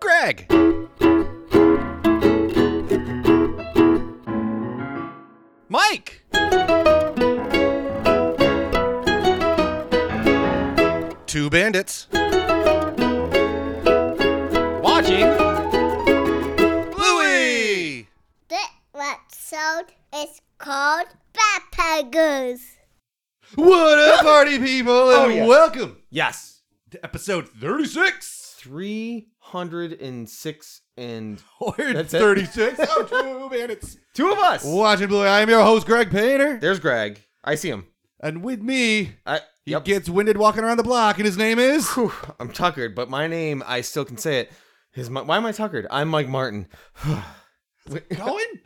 Greg. Mike. Two bandits. Watching Bluey. This episode is called Backpackers. What up, party people, and Oh, yeah. welcome Yes. to episode 36. 306 and Or That's it. 36. oh, two bandits. two of us. Watching Bluey, I'm your host, Greg Painter. There's Greg. I see him. And with me, I he yep. gets winded walking around the block, and his name is. Whew, I'm tuckered, but my name I still can say it. Is my, why am I tuckered? I'm Mike Martin. Going I'm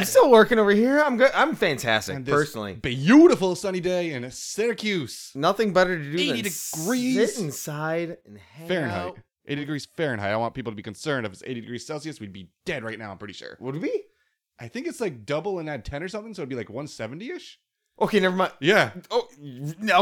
Bud. still working over here. I'm good. I'm fantastic And this personally. Beautiful sunny day in Syracuse, Nothing better to do 80 than degrees. sit inside and hang Fahrenheit. out. 80 degrees Fahrenheit. I want people to be concerned. If it's 80 degrees Celsius, we'd be dead right now, I'm pretty sure. Would we? I think it's like double and add 10 or something, so it'd be like 170 ish. Okay, never mind. Yeah. Oh,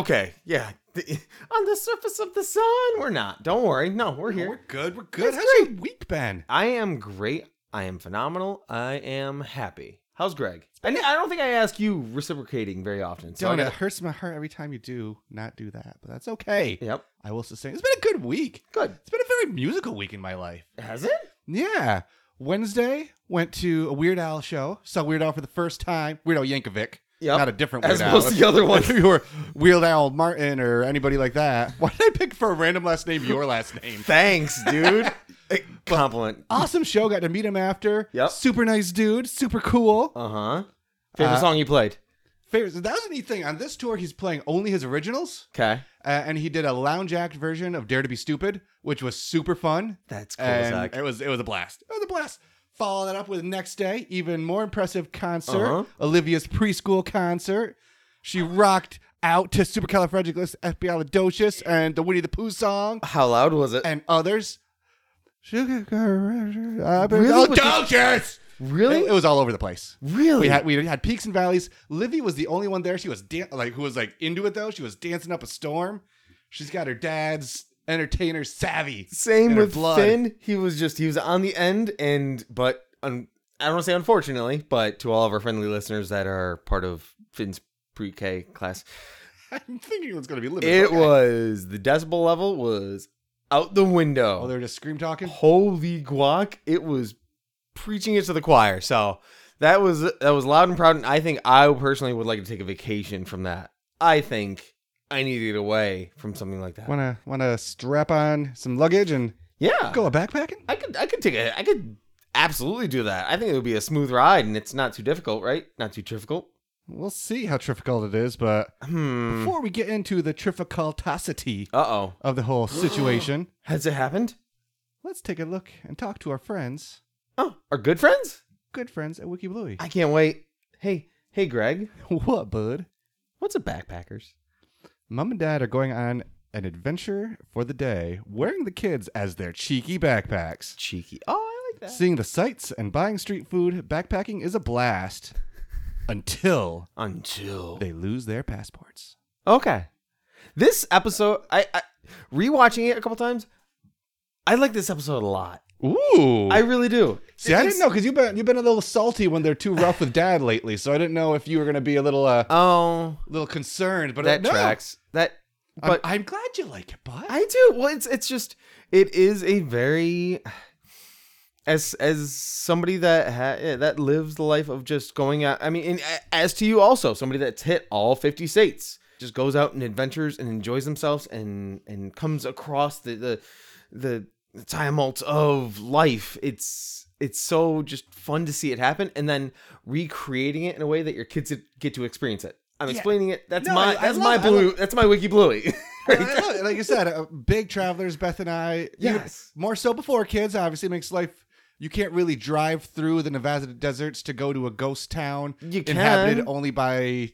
okay. Yeah. On the surface of the sun, we're not. Don't worry. No, we're here. We're good. We're good. That's How's your week been? I am great. I am phenomenal. I am happy. How's Greg? I, I don't think I ask you reciprocating very often. So I Don't. It gotta- hurts my heart every time you do not do that, but that's okay. Yep. I will sustain. It's been a good week. Good. It's been a very musical week in my life. Has it? Yeah. Wednesday went to a Weird Al show. Saw Weird Al for the first time. Weird Al Yankovic. Yep. Not a different Weird As Al. opposed to the other one. If you were Weird Al Martin or anybody like that. Why did I pick for a random last name your last name? Thanks, dude. Hey, Compliment. Awesome show. Got to meet him after. Yep. Super nice dude. Super cool. Uh huh. Favorite Uh, song you played? Favors. That was a neat thing. On this tour, he's playing only his originals. Okay. Uh, and he did a lounge act version of Dare to Be Stupid, which was super fun. That's cool. and Zach. it was it was a blast. It was a blast. Follow that up with next day, even more impressive concert, Uh-huh. Olivia's preschool concert. She rocked out to Supercalifragilisticexpialidocious and the Winnie the Pooh song How loud was it? and others. Sugar, Really? really? Adulterous! really? It, it was all over the place. really? We had we had peaks and valleys. Livy was the only one there. She was dan- like who was like into it though. She was dancing up a storm. She's got her dad's entertainer savvy. Same in her with Finn. He was just he was on the end, and but un, I don't want to say unfortunately, but to all of our friendly listeners that are part of Finn's pre-K class, I'm thinking it's gonna be Livy. it Okay. was the decibel level was out the Oh, window. they're just scream talking. Holy guac! It was preaching it to the choir. So that was that was loud and proud, and I think I personally would like to take a vacation from that. I think I need to get away from something like that. Wanna wanna strap on some luggage and yeah, go a backpacking? I could I could take a I could absolutely do that. I think it would be a smooth ride and it's not too difficult, right? Not too difficult. We'll see how difficult it is, but Hmm. before we get into the difficultosity Uh oh. of the whole situation, Has it happened? let's take a look and talk to our friends, Oh, are good friends? good friends at Wiki Bluey. I can't wait. Hey, hey Greg, what, bud? what's a backpackers? Mom and Dad are going on an adventure for the day, wearing the kids as their cheeky backpacks. Cheeky. Oh, I like that. Seeing the sights and buying street food, backpacking is a blast. Until Until they lose their passports. Okay. This episode I, I rewatching it a couple times, I like this episode a lot. Ooh. I really do. See, I It's- didn't know because you've been you've been a little salty when they're too rough with dad lately. So I didn't know if you were gonna be a little uh, Oh, little concerned. But uh, that no, tracks. That I'm- but I'm, glad you like it, bud. I do. Well, it's it's just it is a very as as somebody that ha, eh, that lives the life of just going out. I mean, and a- as to you also, somebody that's hit all fifty states, just goes out and adventures and enjoys themselves and and comes across the the the, the tumult of life. It's it's so just fun to see it happen, and then recreating it in a way that your kids get to experience it. I'm Yeah. explaining it. That's No, I- my I that's love- my I blue. that's my wiki bluey. I love it. like you said, uh, big travelers, Beth and I. you- Yes. more so before kids. Obviously, makes life. You can't really drive through the Nevada deserts to go to a ghost town You can. inhabited only by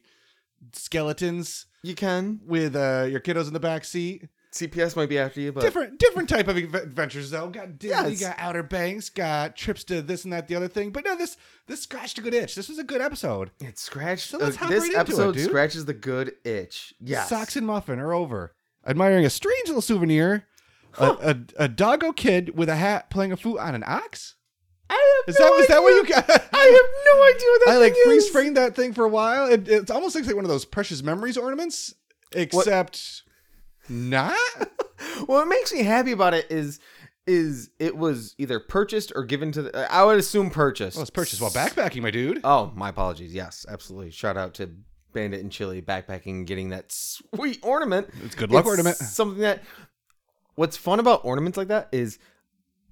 skeletons You can. with uh, your kiddos in the back seat. CPS might be after you, but different different type of adve- adventures though. Got Disney, Yes. got Outer Banks, got trips to this and that, the other thing. But no, this this scratched a good itch. This was a good episode. it scratched. So let's uh, hop this right into it, episode dude. scratches the good itch. Yes. Socks and muffin are over. Admiring a strange little souvenir A, a a doggo kid with a hat playing a flute on an ox. I have Is that no is that what you idea. got? I have no idea what that I like thing freeze is. framed that thing for a while. It, it's almost looks like one of those precious memories ornaments, except not. What makes me happy about it is is it was either purchased or given to the I would assume purchased. Well, Oh, it's purchased while backpacking, my dude. Oh, my apologies. Yes, absolutely. Shout out to Bandit and Chili backpacking and getting that sweet ornament. It's good luck It's ornament. Something that what's fun about ornaments like that is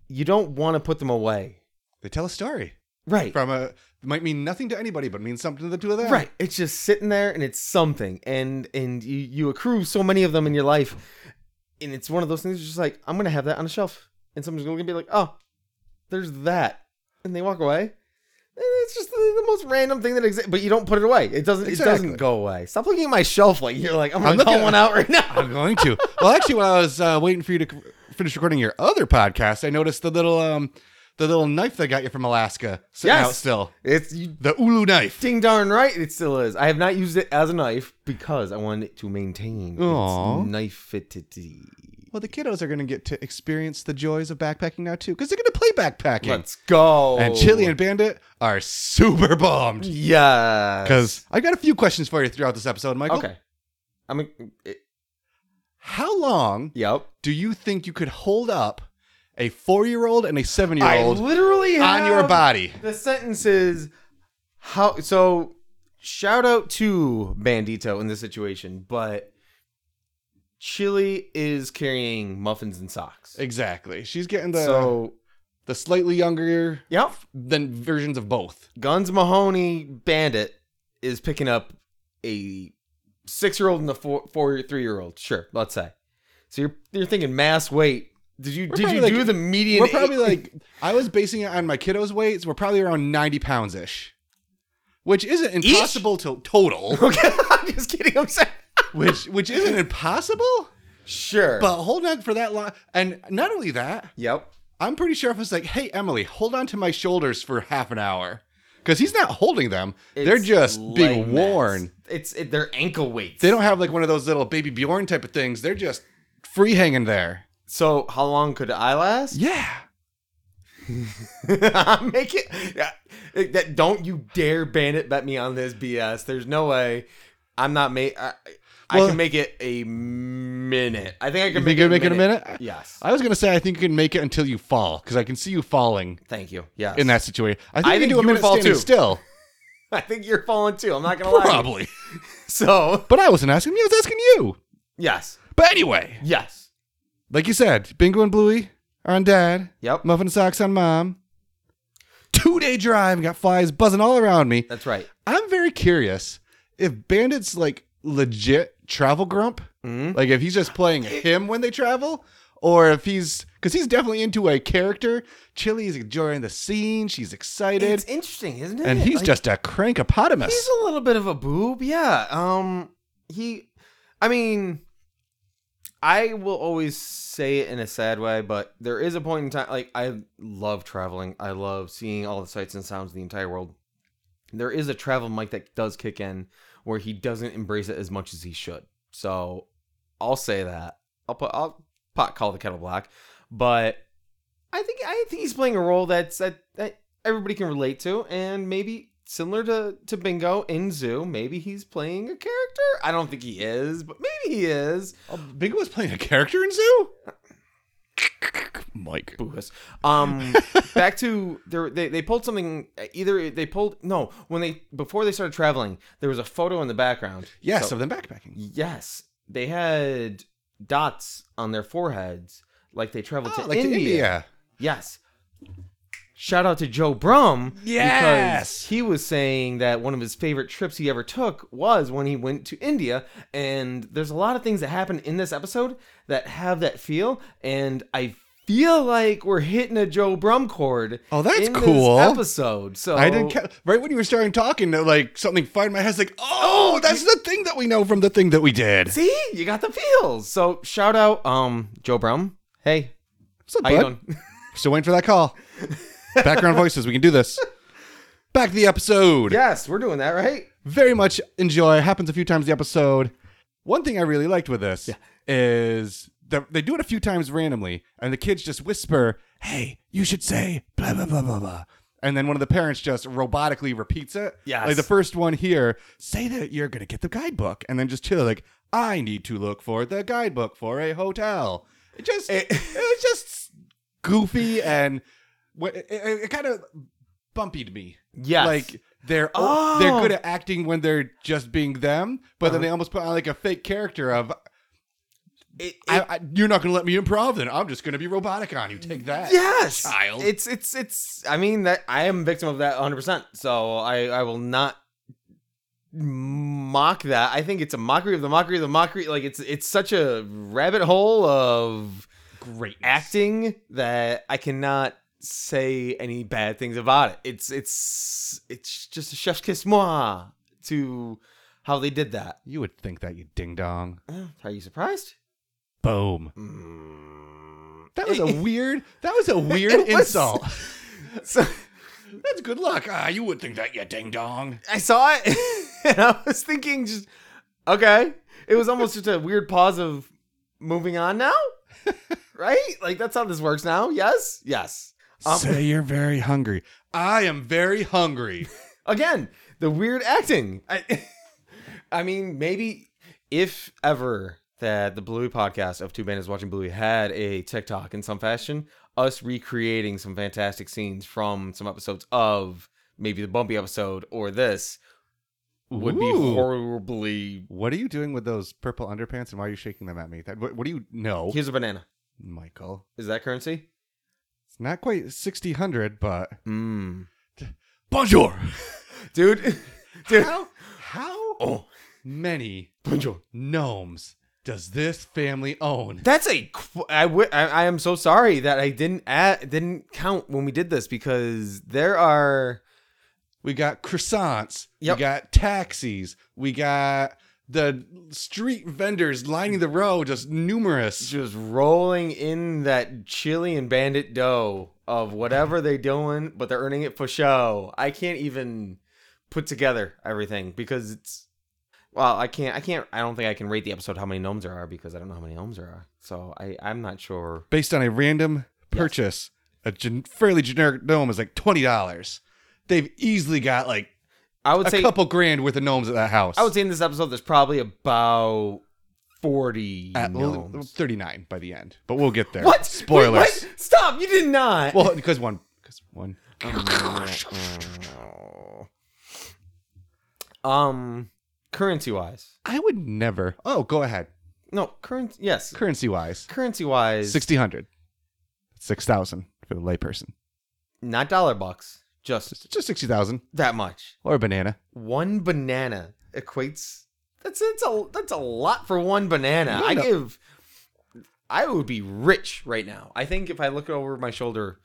you don't want to put them away. They tell a story Right. from a might mean nothing to anybody, but means something to the two of them. Right. It's just sitting there and it's something. And and you, you accrue so many of them in your life. And it's one of those things just like, I'm gonna have that on a shelf. And someone's gonna be like, Oh, there's that. And they walk away. And it's just the, the most random thing that exists, but you don't put it away. It doesn't. It Exactly. doesn't go away. Stop looking at my shelf like you're like I'm gonna I'm call looking at- one out right now. I'm going to. Well, actually, while I was uh, waiting for you to c- finish recording your other podcast, I noticed the little um the little knife that got you from Alaska sitting Yes. out still. It's you The ulu knife. ding darn right. It still is. I have not used it as a knife because I wanted it to maintain Aw. its knifeity. Well, the kiddos are going to get to experience the joys of backpacking now too, because they're going to play backpacking. Let's go. and Chili and Bandit are super bummed. yeah. Because I got a few questions for you throughout this episode, Michael. Okay. I mean, it, How long yep. do you think you could hold up a four year old and a seven year I old literally have on your body? The sentence is how so. Shout out to Bandito in this situation, but Chili is carrying muffins and socks. Exactly. She's getting the so the slightly younger yep, than versions of both. Guns Mahoney Bandit is picking up a six-year-old and a four, four, three-year-old. Sure, let's say. So you're you're thinking mass weight. Did you We're did you probably do like- the median? We're age- probably like I was basing it on my kiddos' weights. We're probably around ninety pounds ish, which isn't impossible to total. Okay, I'm just kidding. I'm sorry. which which isn't impossible. Sure. But hold on for that long, and not only that, yep. I'm pretty sure if it's like, hey, Emily, hold on to my shoulders for half an hour. Because he's not holding them. They're It's just leg being mass. worn. It's it, they're ankle weights. They don't have like one of those little baby Bjorn type of things. They're just free hanging there. So how long could I last? Yeah. Make it. yeah. It- That don't you dare bandit bet me on this BS. There's no way. I'm not made. I, I Well- can make it a minute. I think I You can think make, you it, make a it a minute? Yes. I was going to say, I think you can make it until you fall. Because I can see you falling Thank you. Yes. in that situation. I think I you think can do you a would minute fall standing too. still. I think you're falling too. I'm not gonna lie. Probably. So But I wasn't asking me. I was asking you. yes. But anyway, Yes. like you said, Bingo and Bluey are on dad. Yep. Muffin and socks on mom. Two day drive and got flies buzzing all around me. That's right. I'm very curious if Bandit's like legit travel grump, hmm like if he's just playing him when they travel, or if he's because he's definitely into a character. Chili's enjoying the scene, she's It's excited, interesting, isn't it? and he's Like- just a crankopotamus. He's a little bit of a boob, yeah. Um, he, I mean, I will always say it in a sad way, but there is a point in time. Like I love traveling. I love seeing all the sights and sounds of the entire world. There is a travel mic that does kick in where he doesn't embrace it as much as he should. So I'll say that. I'll put I'll pot call the kettle black, but I think I think he's playing a role that's that, that everybody can relate to, and maybe similar to to Bingo in Zoo. Maybe he's playing a character. I don't think he is, but maybe he is. Oh, Bingo was playing a character in Zoo. Mike, Boo us. Um, back to there. They they pulled something. Either they pulled no when they before they started traveling. There was a photo in the background. yes, So- of them backpacking. yes, they had dots on their foreheads like they traveled Ah, to, like India. to India. Yes. Shout out to Joe Brum. Yes. Because he was saying that one of his favorite trips he ever took was when he went to India. And there's a lot of things that happen in this episode that have that feel. And I feel like we're hitting a Joe Brum chord. Oh, that's in cool. This episode. So I didn't ca- right when you were starting talking, uh, like something fired my head's like, oh, that's the thing that we know from the thing that we did. See, you got the feels. So shout out, um, Joe Brum. Hey, What's up, how you bud? doing? Still waiting for that call. Background voices. We can do this. Back to the episode. yes, we're doing that, right? Very much enjoy. Happens a few times the episode. One thing I really liked with this is the, they do it a few times randomly, and the kids just whisper, "Hey, you should say blah blah blah blah blah." And then one of the parents just robotically repeats it. Yes. Like the first one here, say that you're gonna get the guidebook, and then just chill. Like I need to look for the guidebook for a hotel. It just it, was just goofy and wh- it, it, it kind of bumpied me. Yes. Like they're Oh. they're good at acting when they're just being them, but then they almost put on like a fake character of It- I, I, you're not going to let me improv, then I'm just going to be robotic on you. Take that. Yes. child. It's it's it's I mean that I am a victim of that 100%. So I I will not mock that. I think it's a mockery of the mockery of the mockery. Like it's it's such a rabbit hole of Great acting that I cannot say any bad things about it. It's it's it's just a chef's kiss moi to how they did that. You would think that you ding dong. Oh, Are you surprised? Boom. Mm. That was a weird. That was a weird It was- insult. so That's good luck. Ah, you would think that you ding dong. I saw it and I was thinking just okay. It was almost just a weird pause of moving on now. right? Like that's how this works now. Yes? Yes. Um, Say you're very hungry. I am very hungry. Again, the weird acting. I I mean, maybe if ever that the Bluey podcast of Two Bandits Watching Bluey had a TikTok in some fashion, us recreating some fantastic scenes from some episodes of maybe the bumpy episode or this would be Ooh. horribly What are you doing with those purple underpants, and why are you shaking them at me? That, what, what do you know, Here's a banana. Michael? Is that currency? It's not quite sixty hundred, but Hmm. Mmm. bonjour. Dude. Dude. How how Oh. many Bonjour. gnomes does this family own? That's a. qu- I wi- I- I am so sorry that I didn't add, didn't count when we did this because there are. We got croissants. Yep. We got taxis. We got the street vendors lining the road, just numerous. Just rolling in that chili and bandit dough of whatever they're doing, but they're earning it for show. I can't even put together everything because it's well, I can't I can't I don't think I can rate the episode how many gnomes there are because I don't know how many gnomes there are. So I I'm not sure. Based on a random Yes. purchase, a gen- fairly generic gnome is like twenty dollars. They've easily got like I would a say couple grand worth of gnomes at that house. I would say in this episode there's probably about 40 at gnomes. thirty-nine by the end, but we'll get there. What? Spoilers. Wait, what? Stop, you did not. Well, because one, because one. um currency wise. I would never. Oh, go ahead. No, currency yes. Currency wise, currency wise, sixty hundred, six thousand for the layperson. not dollar bucks, just Just, just sixty thousand that much. or a banana. One banana equates. That's that's a that's a lot for one banana. No, I no. give. I would be rich right now. I think if I look over my shoulder,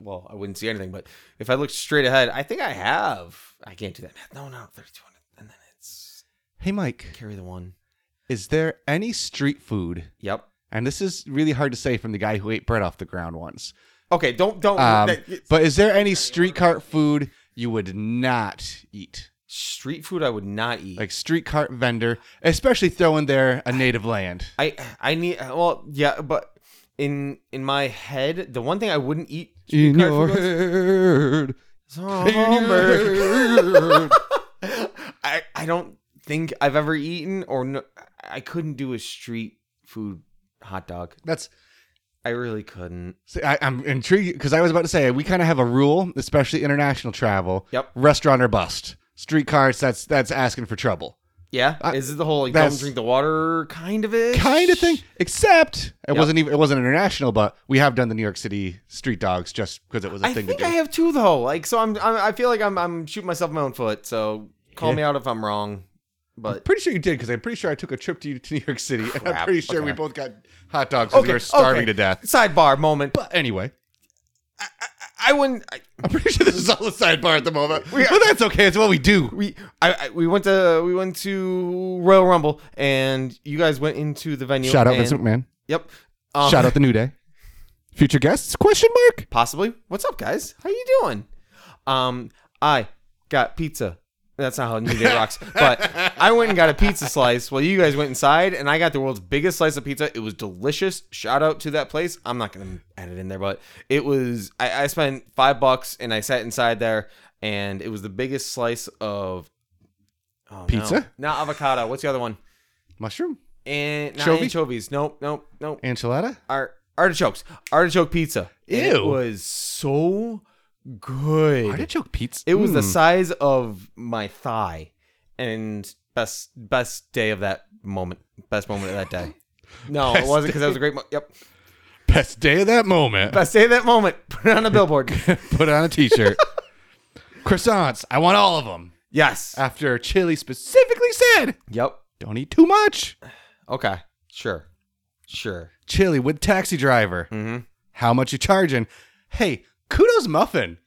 well, I wouldn't see anything. But if I look straight ahead, I think I have. I can't do that math. No, no, thirty-two hundred, and then it's Hey, Mike, carry the one. is there any street food? Yep. And this is really hard to say from the guy who ate bread off the ground once. Okay. Don't don't. Um, that- but is there any street cart food you would not eat? street food, I would not eat. Like street cart vendor, especially throw in there a native land. I I need well yeah, but in in my head, the one thing I wouldn't eat In streetcar your food head. was- Zombie. In your head. I I don't think I've ever eaten or no, I couldn't do a street food hot dog. That's I really couldn't. See, I, I'm intrigued because I was about to say we kind of have a rule, especially international travel. Yep. Restaurant or bust. Street carts. That's that's asking for trouble. Yeah, I- is it the whole like that's- don't drink the water kind of it? Kind of thing. Except it Yep. wasn't even it wasn't international, but we have done the New York City street dogs just because it was a I thing think to I do. have two though. Like so, I'm, I'm I feel like I'm I'm shooting myself in my own foot. So call Yeah. me out if I'm wrong. But pretty sure you did because I'm pretty sure I took a trip to, you to New York City, and I'm Crap, pretty sure we okay. both got hot dogs because we were starving okay. to death. sidebar moment. But anyway, I, I, I wouldn't. I, I'm pretty sure this is all a sidebar at the moment. but that's okay. It's what we do. we I, I we went to we went to Royal Rumble and you guys went into the venue. Shout out and, Vince McMahon. Yep. Um, Shout out the New Day. Future guests? Question mark. Possibly. What's up, guys? How you doing? Um, I got pizza That's not how New Day rocks. But I went and got a pizza slice while you guys went inside, and I got the world's biggest slice of pizza. It was delicious. Shout out to that place. I'm not gonna add it in there, but it was. I, I spent five bucks, and I sat inside there, and it was the biggest slice of oh, no. Pizza? Not avocado. What's the other one? Mushroom? And not Chovy? anchovies. Nope. Nope. Nope Enchilada? art artichokes artichoke pizza And it Ew. was so good Artichoke pizza? it was the Mm. size of my thigh and best best day of that moment best moment of that day no it Best wasn't because that was a great mo- yep best day of that moment. best day of that moment put it on a billboard Put on a t shirt. Croissants. I want all of them. yes After Chili specifically said, yep don't eat too much. okay sure sure Chili with taxi driver. hmm How much you charging? Hey, kudos Muffin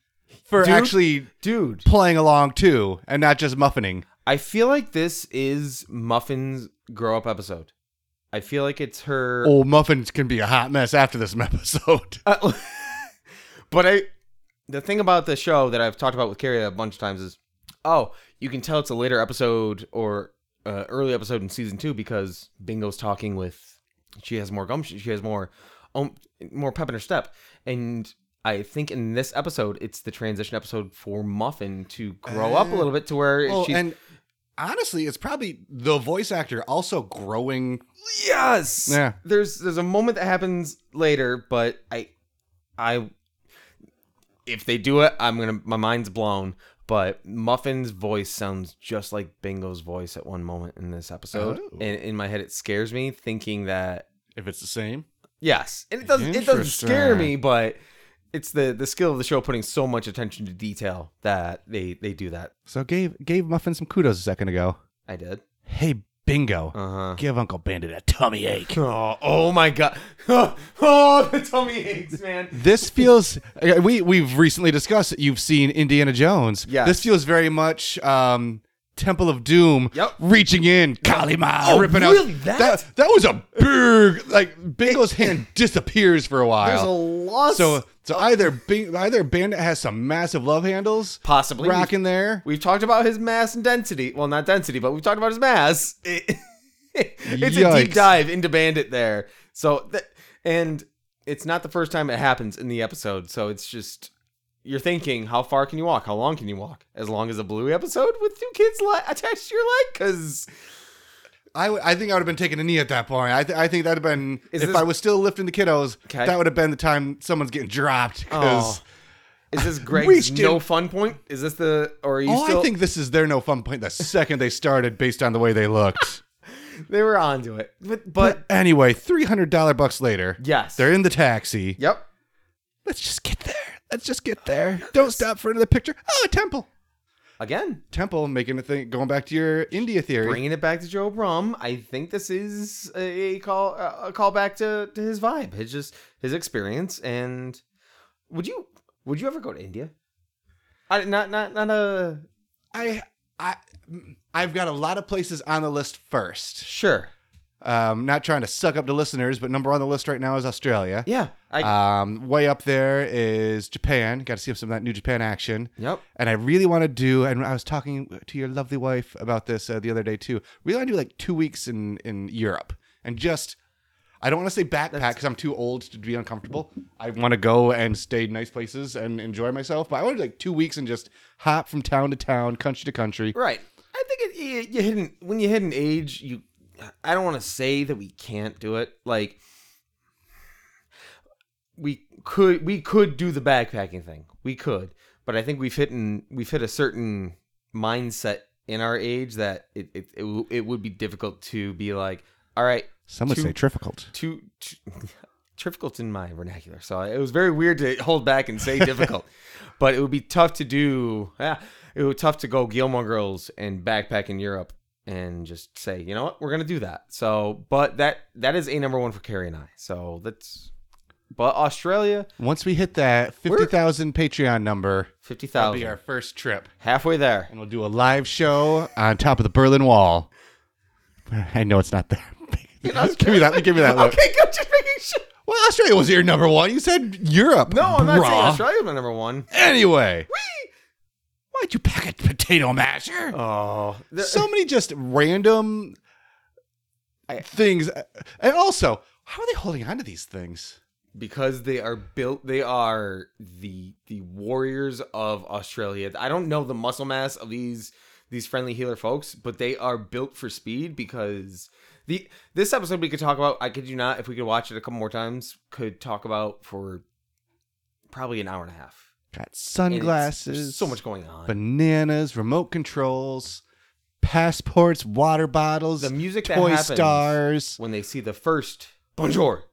for Dude. actually dude playing along too and not just muffining. I feel like this is muffin's grow up episode i feel like it's her Old Muffins can be a hot mess after this episode. Uh, but I, the thing about the show that I've talked about with Carrie a bunch of times is, oh, you can tell it's a later episode or uh, early episode in season two because Bingo's talking with, she has more gumption, she has more, um, more pep in her step, and I think in this episode it's the transition episode for Muffin to grow up a Uh, little bit to where Oh, she's and honestly, it's probably the voice actor also growing. Yes. Yeah. There's there's a moment that happens later, but I I if they do it, I'm gonna my mind's blown. But Muffin's voice sounds just like Bingo's voice at one moment in this episode. Oh. And in my head it scares me thinking that If it's the same, yes. And it doesn't it doesn't scare Interesting. me, but it's the the skill of the show putting so much attention to detail that they they do that. so gave gave Muffin some kudos a second ago. I did. Hey, Bingo, Uh-huh. give Uncle Bandit a tummy ache. Oh, oh my god. Oh, the tummy aches, man. This feels uh, we we've recently discussed that you've seen Indiana Jones. Yes. this feels very much um, Temple of Doom. Yep. reaching in, Kalima, Oh, ripping really? out. That- that that was a big like Bingo's hand disappears for a There's a while. lot. so so either Bing, either Bandit has some massive love handles, possibly we've- rocking there. We've, talked about his mass and density. Well, not density, but we've talked about his mass. It- it's a deep Yikes. dive into Bandit there. So that and it's not the first time it happens in the episode. So it's just you're thinking, how far can you walk? How long can you walk? As long as a Bluey episode with two kids li- attached to your leg, because I, would- I think I would have been taking a knee at that point. I, th- I think that'd have been Is if this- I was still lifting the kiddos. Okay. Oh. That would have been the time someone's getting dropped. 'cause- is this Greg's Reached in- no fun point? Is this the or are you oh, still? I think this is their no fun point. The second they started, based on the way they looked. they were onto it, but but but anyway, three hundred dollar bucks later, yes, they're in the taxi. Yep. Let's just get there. Let's just get there. Don't stop for another picture. Oh, a temple. Again, Temple making a thing. Going back to your India theory. bringing it back to Joe Brum, I think this is a a call a call back to, to his vibe, his just his experience. And would you would you ever go to India? I not not not a I I I've got a lot of places on the list first. sure. Um, not trying to suck up to listeners, but number one on the list right now is Australia. Yeah, I Um, way up there is Japan. Got to see some of that new Japan action. yep. And I really want to do. And I was talking to your lovely wife about this uh, the other day too. Really want to do like two weeks in in Europe and just. I don't want to say backpack because I'm too old to be uncomfortable. I want to go and stay in nice places and enjoy myself. But I want to do like two weeks and just hop from town to town, country to country. Right. I think it, you, you hit an, when you hit an age, you. I don't want to say that we can't do it. Like we could, we could do the backpacking thing. We could, but I think we've hit an, we've hit a certain mindset in our age that it it, it, w- it would be difficult to be like, all right, Some would Two- say difficult. too. too Difficult's in my vernacular, so I- it was very weird to hold back and say difficult, but it would be tough to do. Yeah, it would be tough to go Gilmore Girls and backpack in Europe and just say, you know what, we're gonna do that. So, but that that is a number one for Carrie and I. So that's, but Australia Once we hit that We're- fifty thousand Patreon number, fifty that'll be our thousand, first trip. halfway there. and we'll do a live show on top of the Berlin Wall. I know it's not there. give me that. Give me that look. Okay, go just making sure. Well, Australia was your number one. You said Europe. No, I'm not bruh. saying Australia's my number one. Anyway, Why did you pack a potato masher? Oh, th- so many just random things. And also, how are they holding on to these things? because they are built they are the the warriors of australia i don't know the muscle mass of these these friendly healer folks but they are built for speed because the this episode we could talk about i kid you not if we could watch it a couple more times could talk about for probably an hour and a half Got And it's- sunglasses, there's so much going on bananas, remote controls, passports, water bottles, the music that toy happens stars. when they see the first bonjour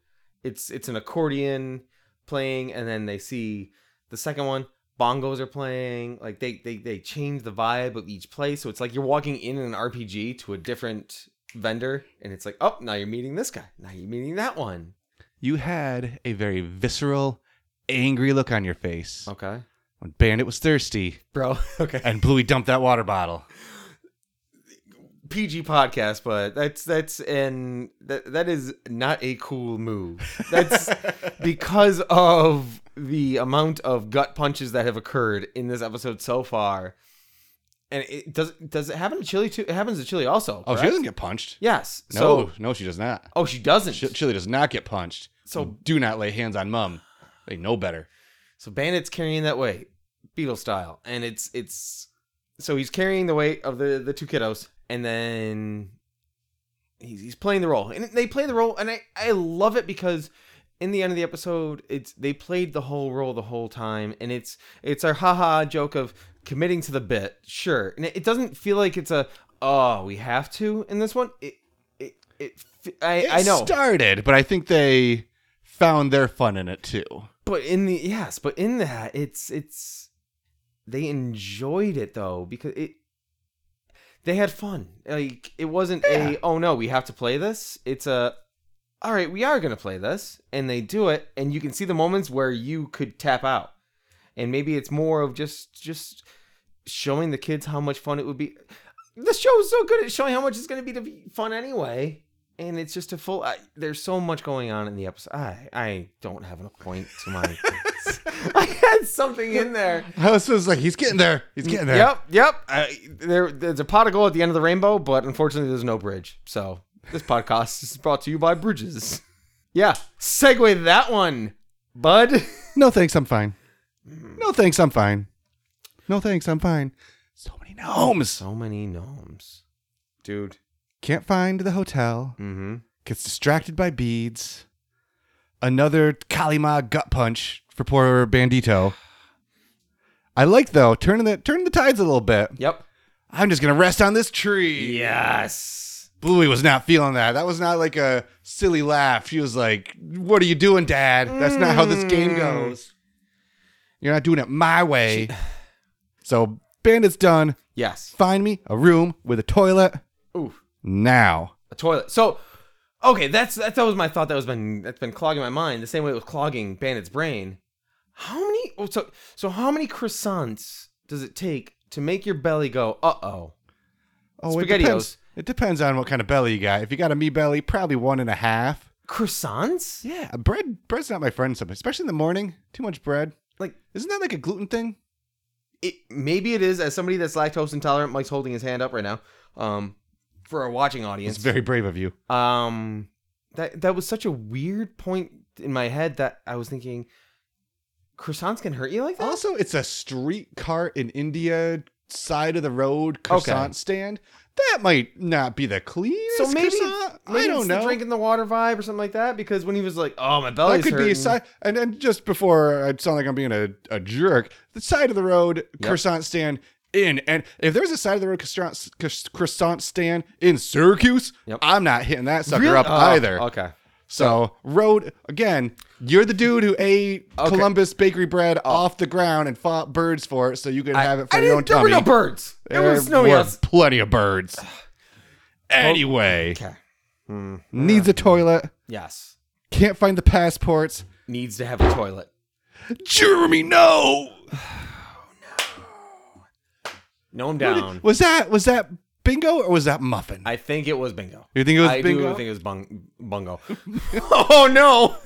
it's it's an accordion playing and then they see the second one bongos are playing like they they, they change the vibe of each play so it's like you're walking in an rpg to a different vendor and it's like oh now you're meeting this guy now you're meeting that one You had a very visceral, angry look on your face okay when Bandit was thirsty bro okay and Bluey dumped that water bottle. pg podcast but that's that's an that, that is not a cool move that's because of the amount of gut punches that have occurred in this episode so far. And it does does it happen to Chili too? It happens to Chili also. Oh, she correct? doesn't get punched. Yes. No, So no, she does not. oh, she doesn't. Ch- Chili does not get punched. So- do not lay hands on Mum. They know better. so Bandit's carrying that weight, Beetle style, and it's it's so he's carrying the weight of the the two kiddos, and then he's he's playing the role, and they play the role, and I I love it because in the end of the episode, it's they played the whole role the whole time, and it's it's our haha joke of committing to the bit, sure, and it, it doesn't feel like it's a oh we have to in this one. It it it f- I It I know started, but I think they found their fun in it too. but in the yes but in that it's it's they enjoyed it though because it they had fun like it wasn't Yeah. a oh no we have to play this it's a all right we are gonna play this and they do it and you can see the moments where you could tap out and maybe it's more of just just showing the kids how much fun it would be the show is so good at showing how much it's going to be to be fun anyway and it's just a full I, there's so much going on in the episode i i don't have a point to my i had something in there I was just like, he's getting there. He's getting there. yep yep I, there there's a pot of gold at the end of the rainbow but unfortunately there's no bridge so this podcast is brought to you by bridges yeah segue that one bud No thanks, I'm fine. No thanks, I'm fine. No thanks, I'm fine. So many gnomes. so many gnomes dude Can't find the hotel. mm-hmm Gets distracted by beads. Another Kalima gut punch for poor Bandito. I like though turning the turning the tides a little bit. yep I'm just gonna rest on this tree. yes Bluey was not feeling that. That was not like a silly laugh. She was like, "What are you doing, Dad? That's not how this game Mm. goes. You're not doing it my way." so Bandit's done. yes Find me a room with a toilet ooh now. a toilet. So, okay, that's that's always my thought that was been that's been clogging my mind the same way it was clogging Bandit's brain. How many? Oh, so so how many croissants does it take to make your belly go? Uh oh. Oh, it SpaghettiOs. depends. It depends on what kind of belly you got. If you got a me belly, probably one and a half. Croissants? Yeah, Uh, bread. Bread's not my friend. Sometimes, especially in the morning, too much bread. Like Isn't that like a gluten thing? it? Maybe it is. As somebody that's lactose intolerant, Mike's holding his hand up right now. Um, for our watching audience, It's very brave of you. um that that was such a weird point in my head that I was thinking croissants can hurt you like that. Also, it's a street cart in India, side of the road croissant Okay. stand. That might not be the cleanest. So maybe, croissant. maybe I don't it's know. The drinking the water vibe or something like that. Because when he was like, "Oh, my belly's that could hurting," be a side, and then just before I sound like I'm being a, a jerk, the side of the road croissant stand in, and if there's a side of the road croissant, croissant stand in Syracuse, Yep. I'm not hitting that sucker Really? up Oh, either. Okay, So road again, you're the dude who ate Okay. Columbus bakery bread off the ground and fought birds for it, so you could have it for I your own didn't, there tummy. were no birds. There, There was no were yes. plenty of birds. Anyway, Okay. needs a toilet, Yes. can't find the passports. Needs to have a toilet. Jeremy, no. No, I'm down. Was that was that bingo or was that muffin? I think it was bingo. you think it was I bingo? do think it was bung- bungo. oh no!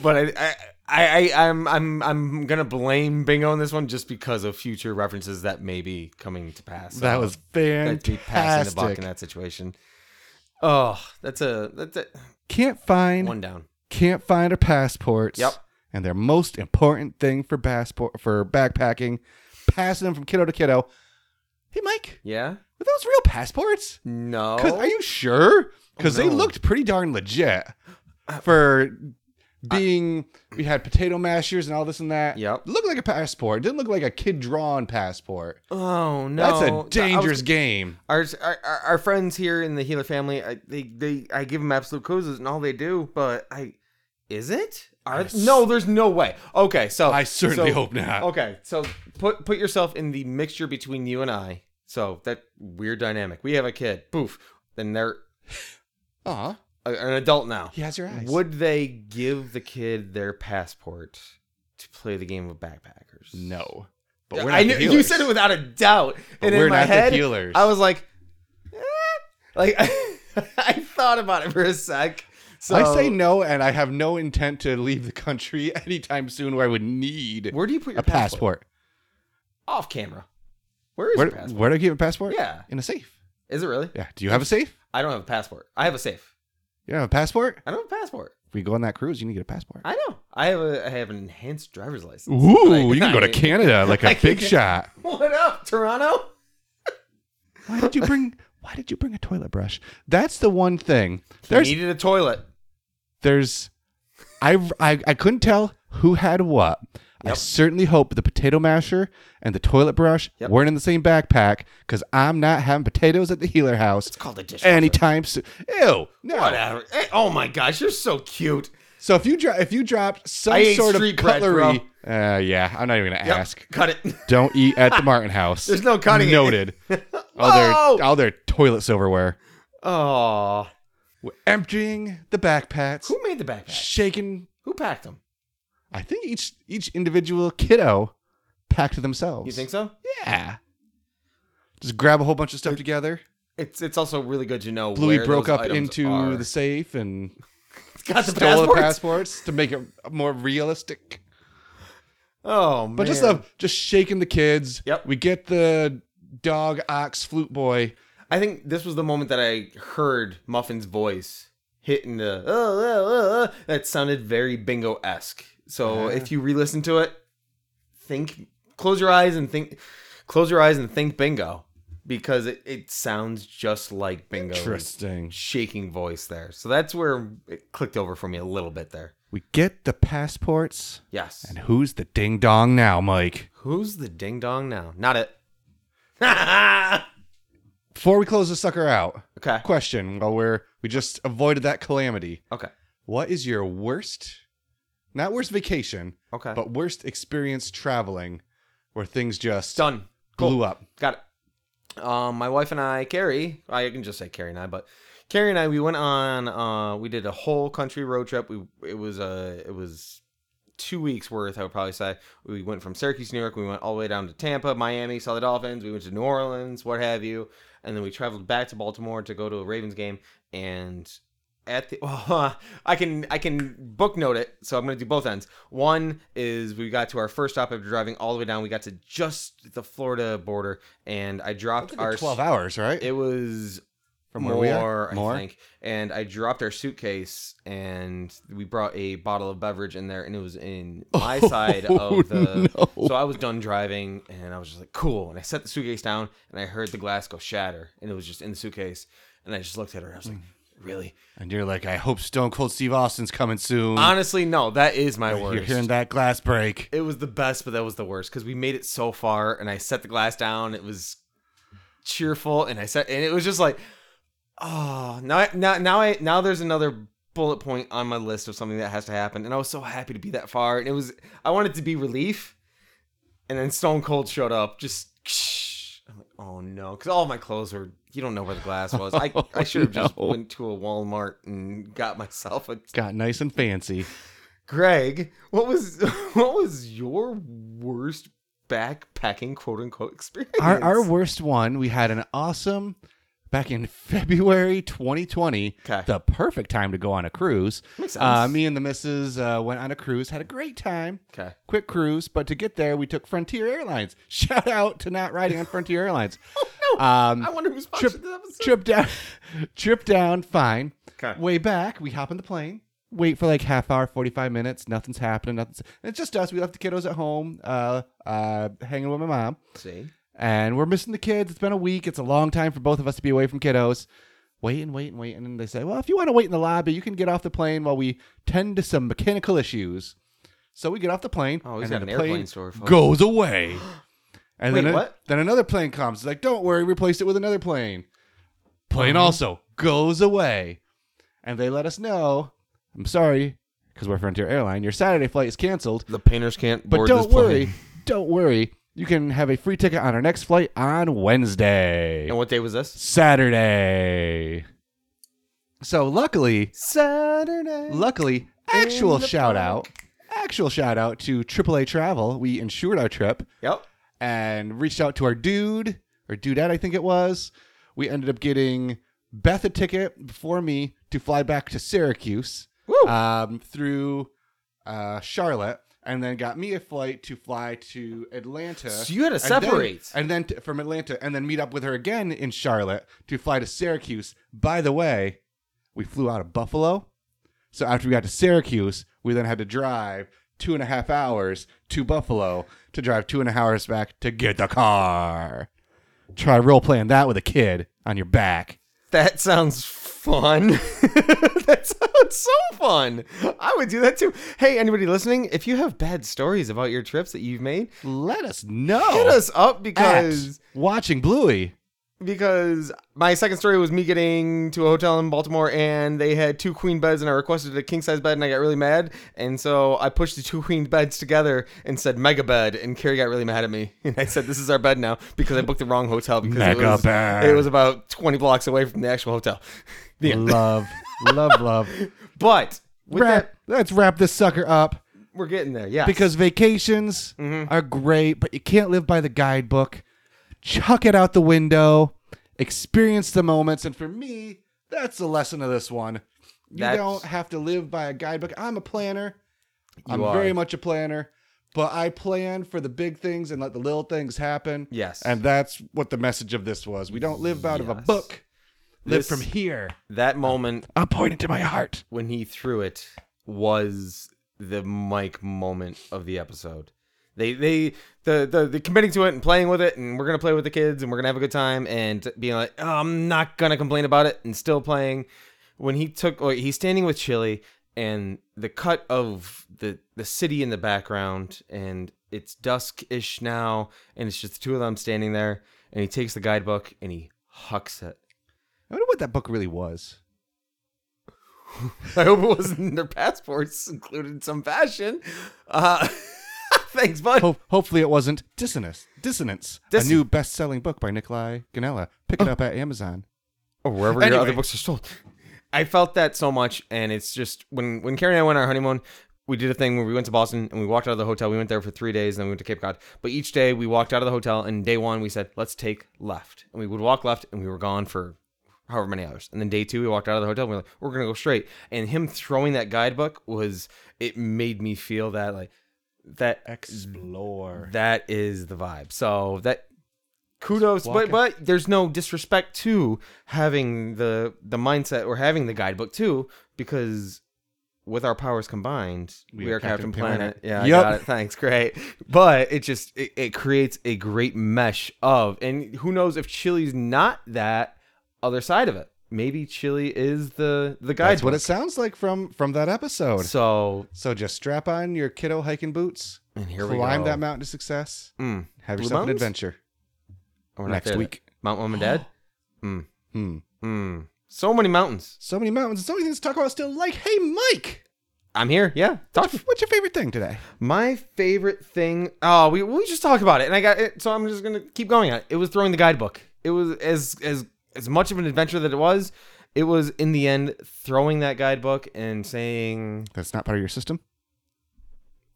But I, I I, I I'm I'm I'm gonna blame Bingo on this one just because of future references that may be coming to pass. that was that'd be passing the buck in fantastic. that situation. Oh, that's a that's a Can't find one down. can't find our passports. Yep. And their most important thing for passport for backpacking, passing them from kiddo to kiddo. Hey, Mike, Yeah. were those real passports? 'Cause- No. Are you sure? Because they Oh. no. Uh, looked pretty darn legit for being. we had potato mashers and all this and that. Yep. Looked like a passport. Didn't look like a kid drawn passport. oh no. That's I a was- dangerous game. our, our our- our friends here in the Healer family, I, they they I give them absolute causes and all they do, but I is it? Are, I no, there's no way. Okay, so I certainly Oh, so- oh. hope not. Okay, so put put yourself in the mixture between you and I. So that weird dynamic. We have a kid. Poof. Then they're Aw, a, an adult now. he has your eyes. Would they give the kid their passport to play the game of backpackers? no. Yeah, But we're not I the knew, you healers. said it without a doubt, But and we're in my not the head, healers. I was like, eh. like I thought about it for a sec. So I say no, and I have no intent to leave the country anytime soon where I would need Where do you put your a passport. Off camera. Where is Where, your passport? where do I keep a passport? Yeah. In a safe. Is it really? Yeah. Do you have a safe? I don't have a passport. I have a safe. You don't have a passport? I don't have a passport. If we go on that cruise, you need to get a passport. I know. I have a. I have an enhanced driver's license. Ooh, Like, you can go I to mean, Canada like a Like- big shot. What up, Toronto? Why did you bring why did you bring a toilet brush? That's the one thing. There's Needed a toilet. there's I I, I couldn't tell who had what. I Yep. certainly hope the potato masher and the toilet brush Yep. weren't in the same backpack because I'm not having potatoes at the healer house It's called a dishwasher. anytime soon. Ew, no. Whatever. Eh, Oh my gosh, you're so cute. So if you dro- if you dropped some I ate sort of street bread, cutlery, uh, yeah, I'm not even gonna Yep, ask. Cut it. Don't eat at the Martin house. There's no cutting it. Noted. all Whoa! their all their toilet silverware. Oh, We're emptying the backpacks, who made the backpack? shaking. Who packed them? I think each each individual kiddo packed themselves. You think so? Yeah. Just grab a whole bunch of stuff together. It's it's also really good to know. Bluey where broke those up items into are. the safe and It's got the stole the passports? passports to make it more realistic. Oh man! But just love just shaking the kids. Yep. We get the dog ox flute boy. I think this was the moment that I heard Muffin's voice hitting the uh, uh, uh, uh, that sounded very bingo esque. So Yeah. if you re-listen to it, think, close your eyes and think, close your eyes and think bingo, because it, it sounds just like bingo. Interesting. shaking voice there. So that's where it clicked over for me a little bit there. We get the passports. Yes. And who's the ding dong now, Mike? Who's the ding dong now? Not it. Before we close the sucker out, okay. question while we're we just avoided that calamity. Okay. What is your worst not worst vacation, Okay. but worst experience traveling where things just Done. Cool. blew up? Got it. Um, my wife and I, Carrie, I can just say Carrie and I, but Carrie and I, we went on, uh, we did a whole country road trip. We, it was, uh, it was two weeks worth, I would probably say. We went from Syracuse, New York, we went all the way down to Tampa, Miami, saw the Dolphins, we went to New Orleans, what have you. And then we traveled back to Baltimore to go to a Ravens game. And at the, I can, I can book note it. So I'm going to do both ends. One is we got to our first stop after driving all the way down. We got to just the Florida border and I dropped That's like our, twelve hours, right? it was From more, where we are? I More? think. And I dropped our suitcase, and we brought a bottle of beverage in there, and it was in my side of the. Oh, no. So I was done driving, and I was just like, "Cool." And I set the suitcase down, and I heard the glass go shatter, and it was just in the suitcase. And I just looked at her, and I was like, Mm. "Really? and you're like, I hope Stone Cold Steve Austin's coming soon. Honestly, no. That is my worst." You're hearing that glass break. It was the best, but that was the worst because we made it so far, and I set the glass down. It was cheerful, and I set, and it was just like, oh, now, I, now, now I, now there's another bullet point on my list of something that has to happen, and I was so happy to be that far, and it was, I wanted to be relief, and then Stone Cold showed up, just. I'm like, oh no, because all my clothes were. You don't know where the glass was. I, I should have just no. went to a Walmart and got myself a Got nice and fancy. Greg, what was what was your worst backpacking quote unquote experience? our, our worst one, we had an awesome back in February 2020, 'Kay. the perfect time to go on a cruise. Makes sense. Uh, me and the missus uh, went on a cruise, had a great time. 'Kay. Quick cruise, but to get there, we took Frontier Airlines. Shout out to not riding on Frontier Airlines. Oh, no. Um, I wonder who's trip, sponsored this episode. trip down, trip down, fine. 'Kay. Way back, we hop in the plane, wait for like half hour, forty five minutes. Nothing's happening. Nothing's. and It's just us. We left the kiddos at home, uh, uh, hanging with my mom, See? and we're missing the kids. It's been a week. It's a long time for both of us to be away from kiddos. Wait and wait and wait, and then they say, "Well, if you want to wait in the lobby, you can get off the plane while we tend to some mechanical issues." So we get off the plane, Oh, he's and then got an the airplane plane story, folks. goes away. And Wait, then, a- what? then another plane comes. It's like, don't worry, replace it with another plane. Plane Uh-huh. also goes away. And they let us know, I'm sorry, because we're Frontier Airline, your Saturday flight is canceled. The painters can't But board don't this plane. worry, don't worry. You can have a free ticket on our next flight on Wednesday, And what day was this? Saturday. So luckily, Saturday. Luckily, actual the shout out, park. actual shout out to AAA Travel. We insured our trip Yep. and reached out to our dude or dudette, I think it was. We ended up getting Beth a ticket before me to fly back to Syracuse Woo. um, through uh, Charlotte, and then got me a flight to fly to Atlanta. So you had to and then- separate. and then, t- from Atlanta, and then meet up with her again in Charlotte to fly to Syracuse. By the way, we flew out of Buffalo, so after we got to Syracuse, we then had to drive two and a half hours to Buffalo to drive two and a half hours back to get the car. Try role playing that with a kid on your back. That sounds fun. that sounds so fun. I would do that too. Hey, anybody listening, if you have bad stories about your trips that you've made, Let us know. hit us up because Oh. At watching Bluey. because my second story was me getting to a hotel in Baltimore and they had two queen beds and I requested a king size bed and I got really mad and so I pushed the two queen beds together and said mega bed and Carrie got really mad at me and I said this is our bed now because I booked the wrong hotel because it Mega was bed. it was about 20 blocks away from the actual hotel. The end. Love, love, love. But with Wrap, that, let's wrap this sucker up. we're getting there. Yeah. because vacations Mm-hmm. are great, but you can't live by the guidebook. Chuck it out the window, experience the moments, and for me, that's the lesson of this one. You That's- don't have to live by a guidebook. I'm a planner. I'm are. very much a planner, but I plan for the big things and let the little things happen. Yes. and that's what the message of this was. We don't live out of a Yes. book. Live This- from here. that moment I'm pointing to my heart. when he threw it was the Mike moment of the episode. They they the, the the committing to it and playing with it and we're gonna play with the kids and we're gonna have a good time and being like oh, I'm not gonna complain about it and still playing. When he took or he's standing with Chili and the cut of the the city in the background and it's dusk ish now and it's just the two of them standing there and he takes the guidebook and he hucks it. I wonder what that book really was. I hope it wasn't in their passports included in some fashion. Uh, thanks, bud. Ho- hopefully it wasn't dissonance dissonance Dis- a new best-selling book by nikolai ganella pick Oh. it up at amazon or oh, wherever Anyway. your other books are sold. I felt that so much, and it's just when when Carrie and I went on our honeymoon, we did a thing where we went to Boston and we walked out of the hotel. We went there for three days, and then we went to Cape Cod. But each day we walked out of the hotel, and day one we said, "Let's take left," and we would walk left, and we were gone for however many hours. And then day two we walked out of the hotel, and we are like, "We're gonna go straight." And him throwing that guidebook was it made me feel that like that explore That is the vibe. So that kudos, walk but it. but there's no disrespect to having the the mindset or having the guidebook too, because with our powers combined, we, are Captain, Planet. Yeah, Yep. I got it. Thanks, great. But it just it, it creates a great mesh of, and who knows if Chili's not that other side of it. Maybe Chili is the the guide. that's what it sounds like from from that episode so, So just strap on your kiddo hiking boots and here we climb go. that mountain to success Mm. have Blue yourself Mountains? an adventure Oh, We're not next there. week Mount Mom and Dad. hmm. Hmm. So many mountains. so many mountains and so many things to talk about still like hey mike I'm here. Yeah. Talk. what's your favorite thing today My favorite thing. Oh, we we just talked about it, and I got it. So I'm just gonna keep going on it. It was throwing the guidebook. It was as as as much of an adventure that it was. It was in the end throwing that guidebook and saying, that's not part of your system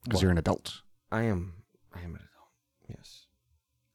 because What? you're an adult "I am, I am an adult." Yes.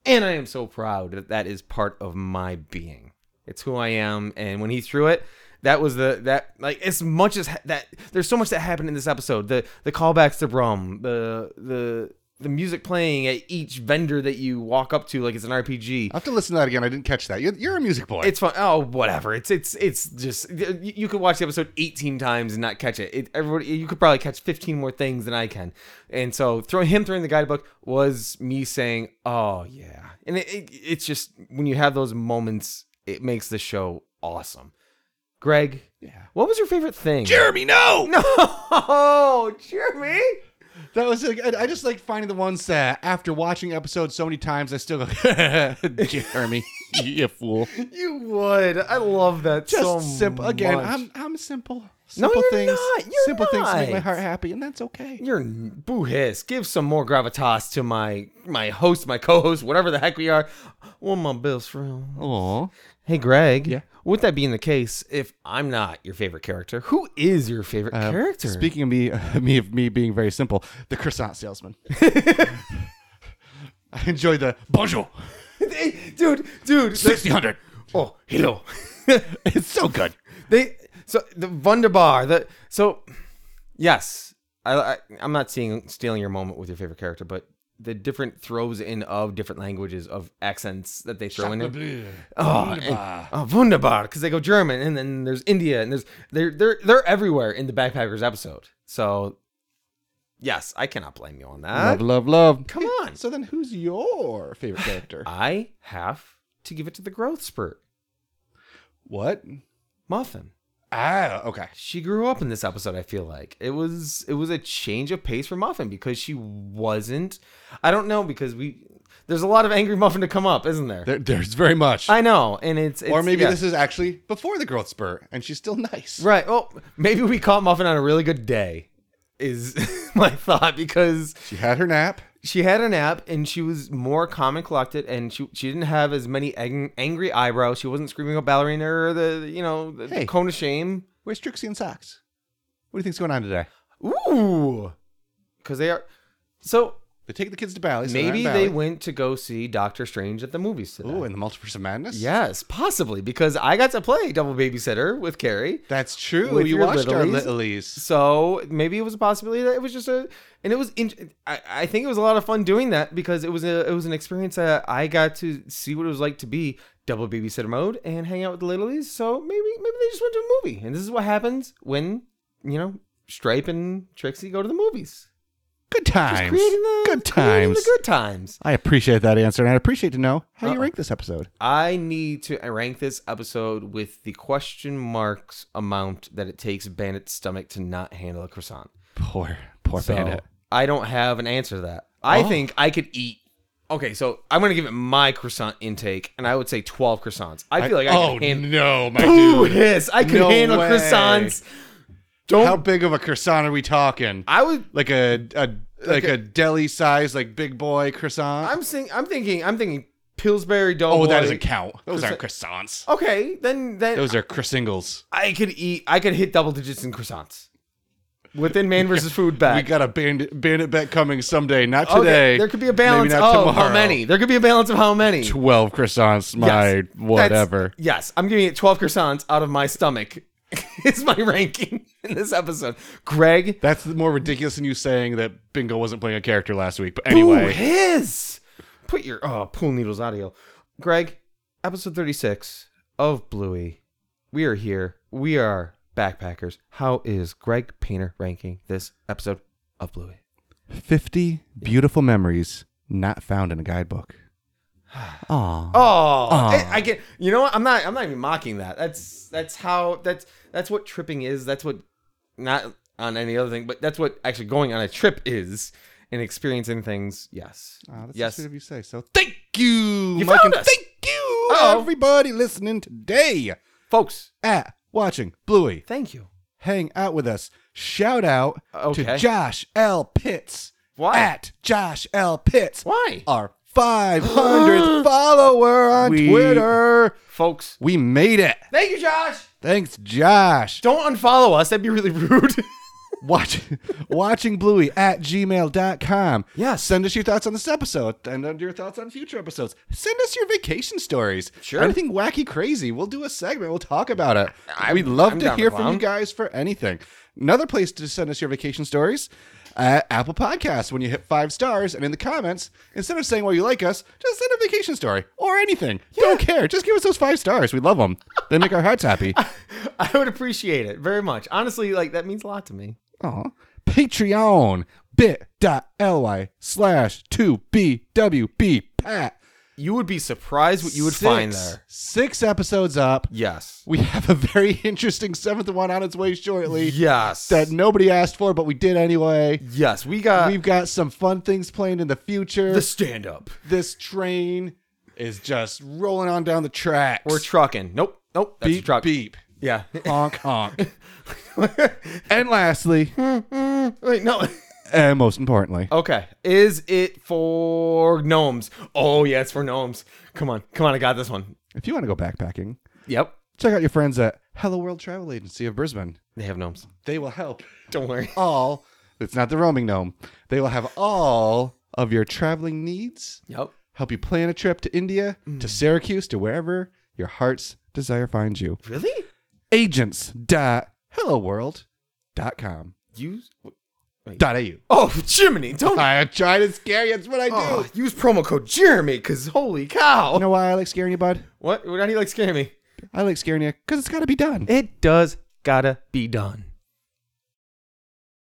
And I am so proud that that is part of my being. It's who I am. And when he threw it, that was the that like as much as ha- that. There's so much that happened in this episode. The the callbacks to Brom, the the the music playing at each vendor that you walk up to, like it's an RPG. I have to listen to that again. I didn't catch that. You're, you're a music boy. It's fun. Oh, whatever. It's it's it's just you you could watch the episode 18 times and not catch it. it everybody, you could probably catch 15 more things than I can. And so, throwing him throwing the guidebook was me saying, "Oh yeah." And it, it, it's just when you have those moments, it makes the show awesome. Greg, yeah. what was your favorite thing? Jeremy, no, No, Jeremy. That was like, I I just like finding the ones that after watching episodes so many times, I still go, Jeremy, you fool. You would. I love that Just so simple. Again, much. I'm I'm simple. No, Simple you're things. not. You're simple things to make my not. heart happy, and that's okay. You're n- boo hiss. Give some more gravitas to my my host, my co-host, whatever the heck we are. One of my best friend. Aw. Hey, Greg. Yeah. With that being the case, if I'm not your favorite character, who is your favorite Uh, character? Speaking of me, me of me being very simple, the croissant salesman. I enjoy the bonjour, They- dude, dude. the- sixty hundred. oh, hello. It's so good. they so the Wunderbar. The so yes, I, I I'm not seeing stealing your moment with your favorite character, but the different throws in of different languages of accents that they throw in. it. Oh, Wunderbar. And, oh, wunderbar, because they go German, and then there's India, and there's they're they're they're everywhere in the Backpackers episode. So, yes, I cannot blame you on that. love, love, love. Come on. Uh, So then, who's your favorite character? I have to give it to the growth spurt, what? Muffin. Ah, okay. She grew up in this episode. I feel like it was it was a change of pace for Muffin because she wasn't. I don't know because we there's a lot of angry Muffin to come up, isn't there? There, there's very much. I know, and it's, it's or maybe yeah. this is actually before the growth spurt, and she's still nice. Right. Well, maybe we caught Muffin on a really good day, is my thought because She had her nap. she had a nap and she was more calm and collected, and she she didn't have as many ang- angry eyebrows. She wasn't screaming at ballerina or the you know the, the Hey. cone of shame. Where's Trixie and Socks? What do you think's going on today? Ooh, because they are so. They take the kids to Bally. So Maybe they're in they Bally. went to go see Doctor Strange at the movies today. Ooh, in the multiverse of madness. yes, possibly because I got to play double babysitter with Carrie. that's true. With you your watched our littlies. littlies. So maybe it was a possibility that it was just a, and it was. In, I, I think it was a lot of fun doing that because it was a, it was an experience that I got to see what it was like to be double babysitter mode and hang out with the littlies. So maybe maybe they just went to a movie, and this is what happens when you know Stripe and Trixie go to the movies. Good Just times. creating the good creating the times. good times. I appreciate that answer, and I appreciate to know how you Uh-oh. rank this episode. I need to rank this episode with the question marks amount that it takes Bandit's stomach to not handle a croissant. Poor, poor So, bandit. I don't have an answer to that. I Oh. think I could eat. Okay, so I'm gonna give it my croissant intake, and I would say 12 croissants. I feel like I, oh can handle. no, my Ooh, dude! yes, I can No handle way. croissants. Don't. How big of a croissant are we talking? I would. Like a, a like, a, deli size, like big boy croissant. I'm saying. I'm thinking. I'm thinking Pillsbury Doughboy. oh, that doesn't count. Those aren't croissants. Okay, then then Those are crissingles. I could eat. I could hit double digits in croissants. Within man versus food back. We got a bandit, bandit bet coming someday. Not Okay, today. There could be a balance Maybe not of how tomorrow. many. There could be a balance of how many. Twelve croissants. My Yes. That's- whatever. yes, I'm giving it 12 croissants out of my stomach. it's my ranking in this episode. Greg. That's, more ridiculous than you saying that Bingo wasn't playing a character last week. But Ooh, anyway, his. Put your oh pool needles audio. Greg, episode 36 of Bluey. We are here. We are backpackers. How is Greg Painter ranking this episode of Bluey? fifty beautiful memories not found in a guidebook. Aw. Oh, I, I get. You know what? I'm not. I'm not even mocking that. That's that's how. That's that's what tripping is. That's what not on any other thing, but that's what actually going on a trip is and experiencing things. Yes. Ah, that's yes. yes. of you say. So thank you, You Mike, found and us. thank you, Uh-oh. everybody listening today Folks, at watching Bluey. thank you. Hang out with us. Shout out Okay. to Josh L. Pitts Why? at Josh L. Pitts, Why? our 500th follower on We- Twitter. Folks. We made it. Thank you, Josh. Thanks, Josh. Don't unfollow us. That'd be really rude. Watch, watching Bluey at gmail.com. Yes. Send us your thoughts on this episode and uh, your thoughts on future episodes. Send us your vacation stories. Sure. Anything wacky, crazy. We'll do a segment. We'll talk about it. We'd love I'm to down to hear from clown. you guys for anything. Another place to send us your vacation stories uh, Apple Podcasts. When you hit five stars and in the comments, instead of saying why you like us, just send a vacation story or anything. Don't care. Just give us those five stars. We love them. They make our hearts happy. I would appreciate it very much. Honestly, like that means a lot to me. Aw. Patreon bit.ly slash 2BWB Pat. You would be surprised what you would find there. Six episodes up. Yes. We have a very interesting seventh one on its way shortly Yes. that nobody asked for, but we did anyway. yes, we got We've got some fun things planned in the future. the stand up. this train is just rolling on down the tracks. We're trucking. Nope. Nope. That's a beep, truck. beep. Yeah. Honk, honk. and lastly, Wait, no. and most importantly, Okay. Is it for gnomes? Oh, yeah, it's for gnomes. Come on. Come on. I got this one. if you want to go backpacking, Yep. check out your friends at Hello World Travel Agency of Brisbane. They have gnomes. They will help Don't worry. all. It's not the roaming gnome. They will have all of your traveling needs. Yep. Help you plan a trip to India, Mm. to Syracuse, to wherever your heart's desire finds you. Really? Agents.helloworld.com. Use. Dot au. Oh, Jiminy. Don't. I try to scare you. That's what I do. Oh, use promo code Jeremy because holy cow. You know why I like scaring you, bud? What? Why do you like scaring me? I like scaring you because it's got to be done. It does gotta be done.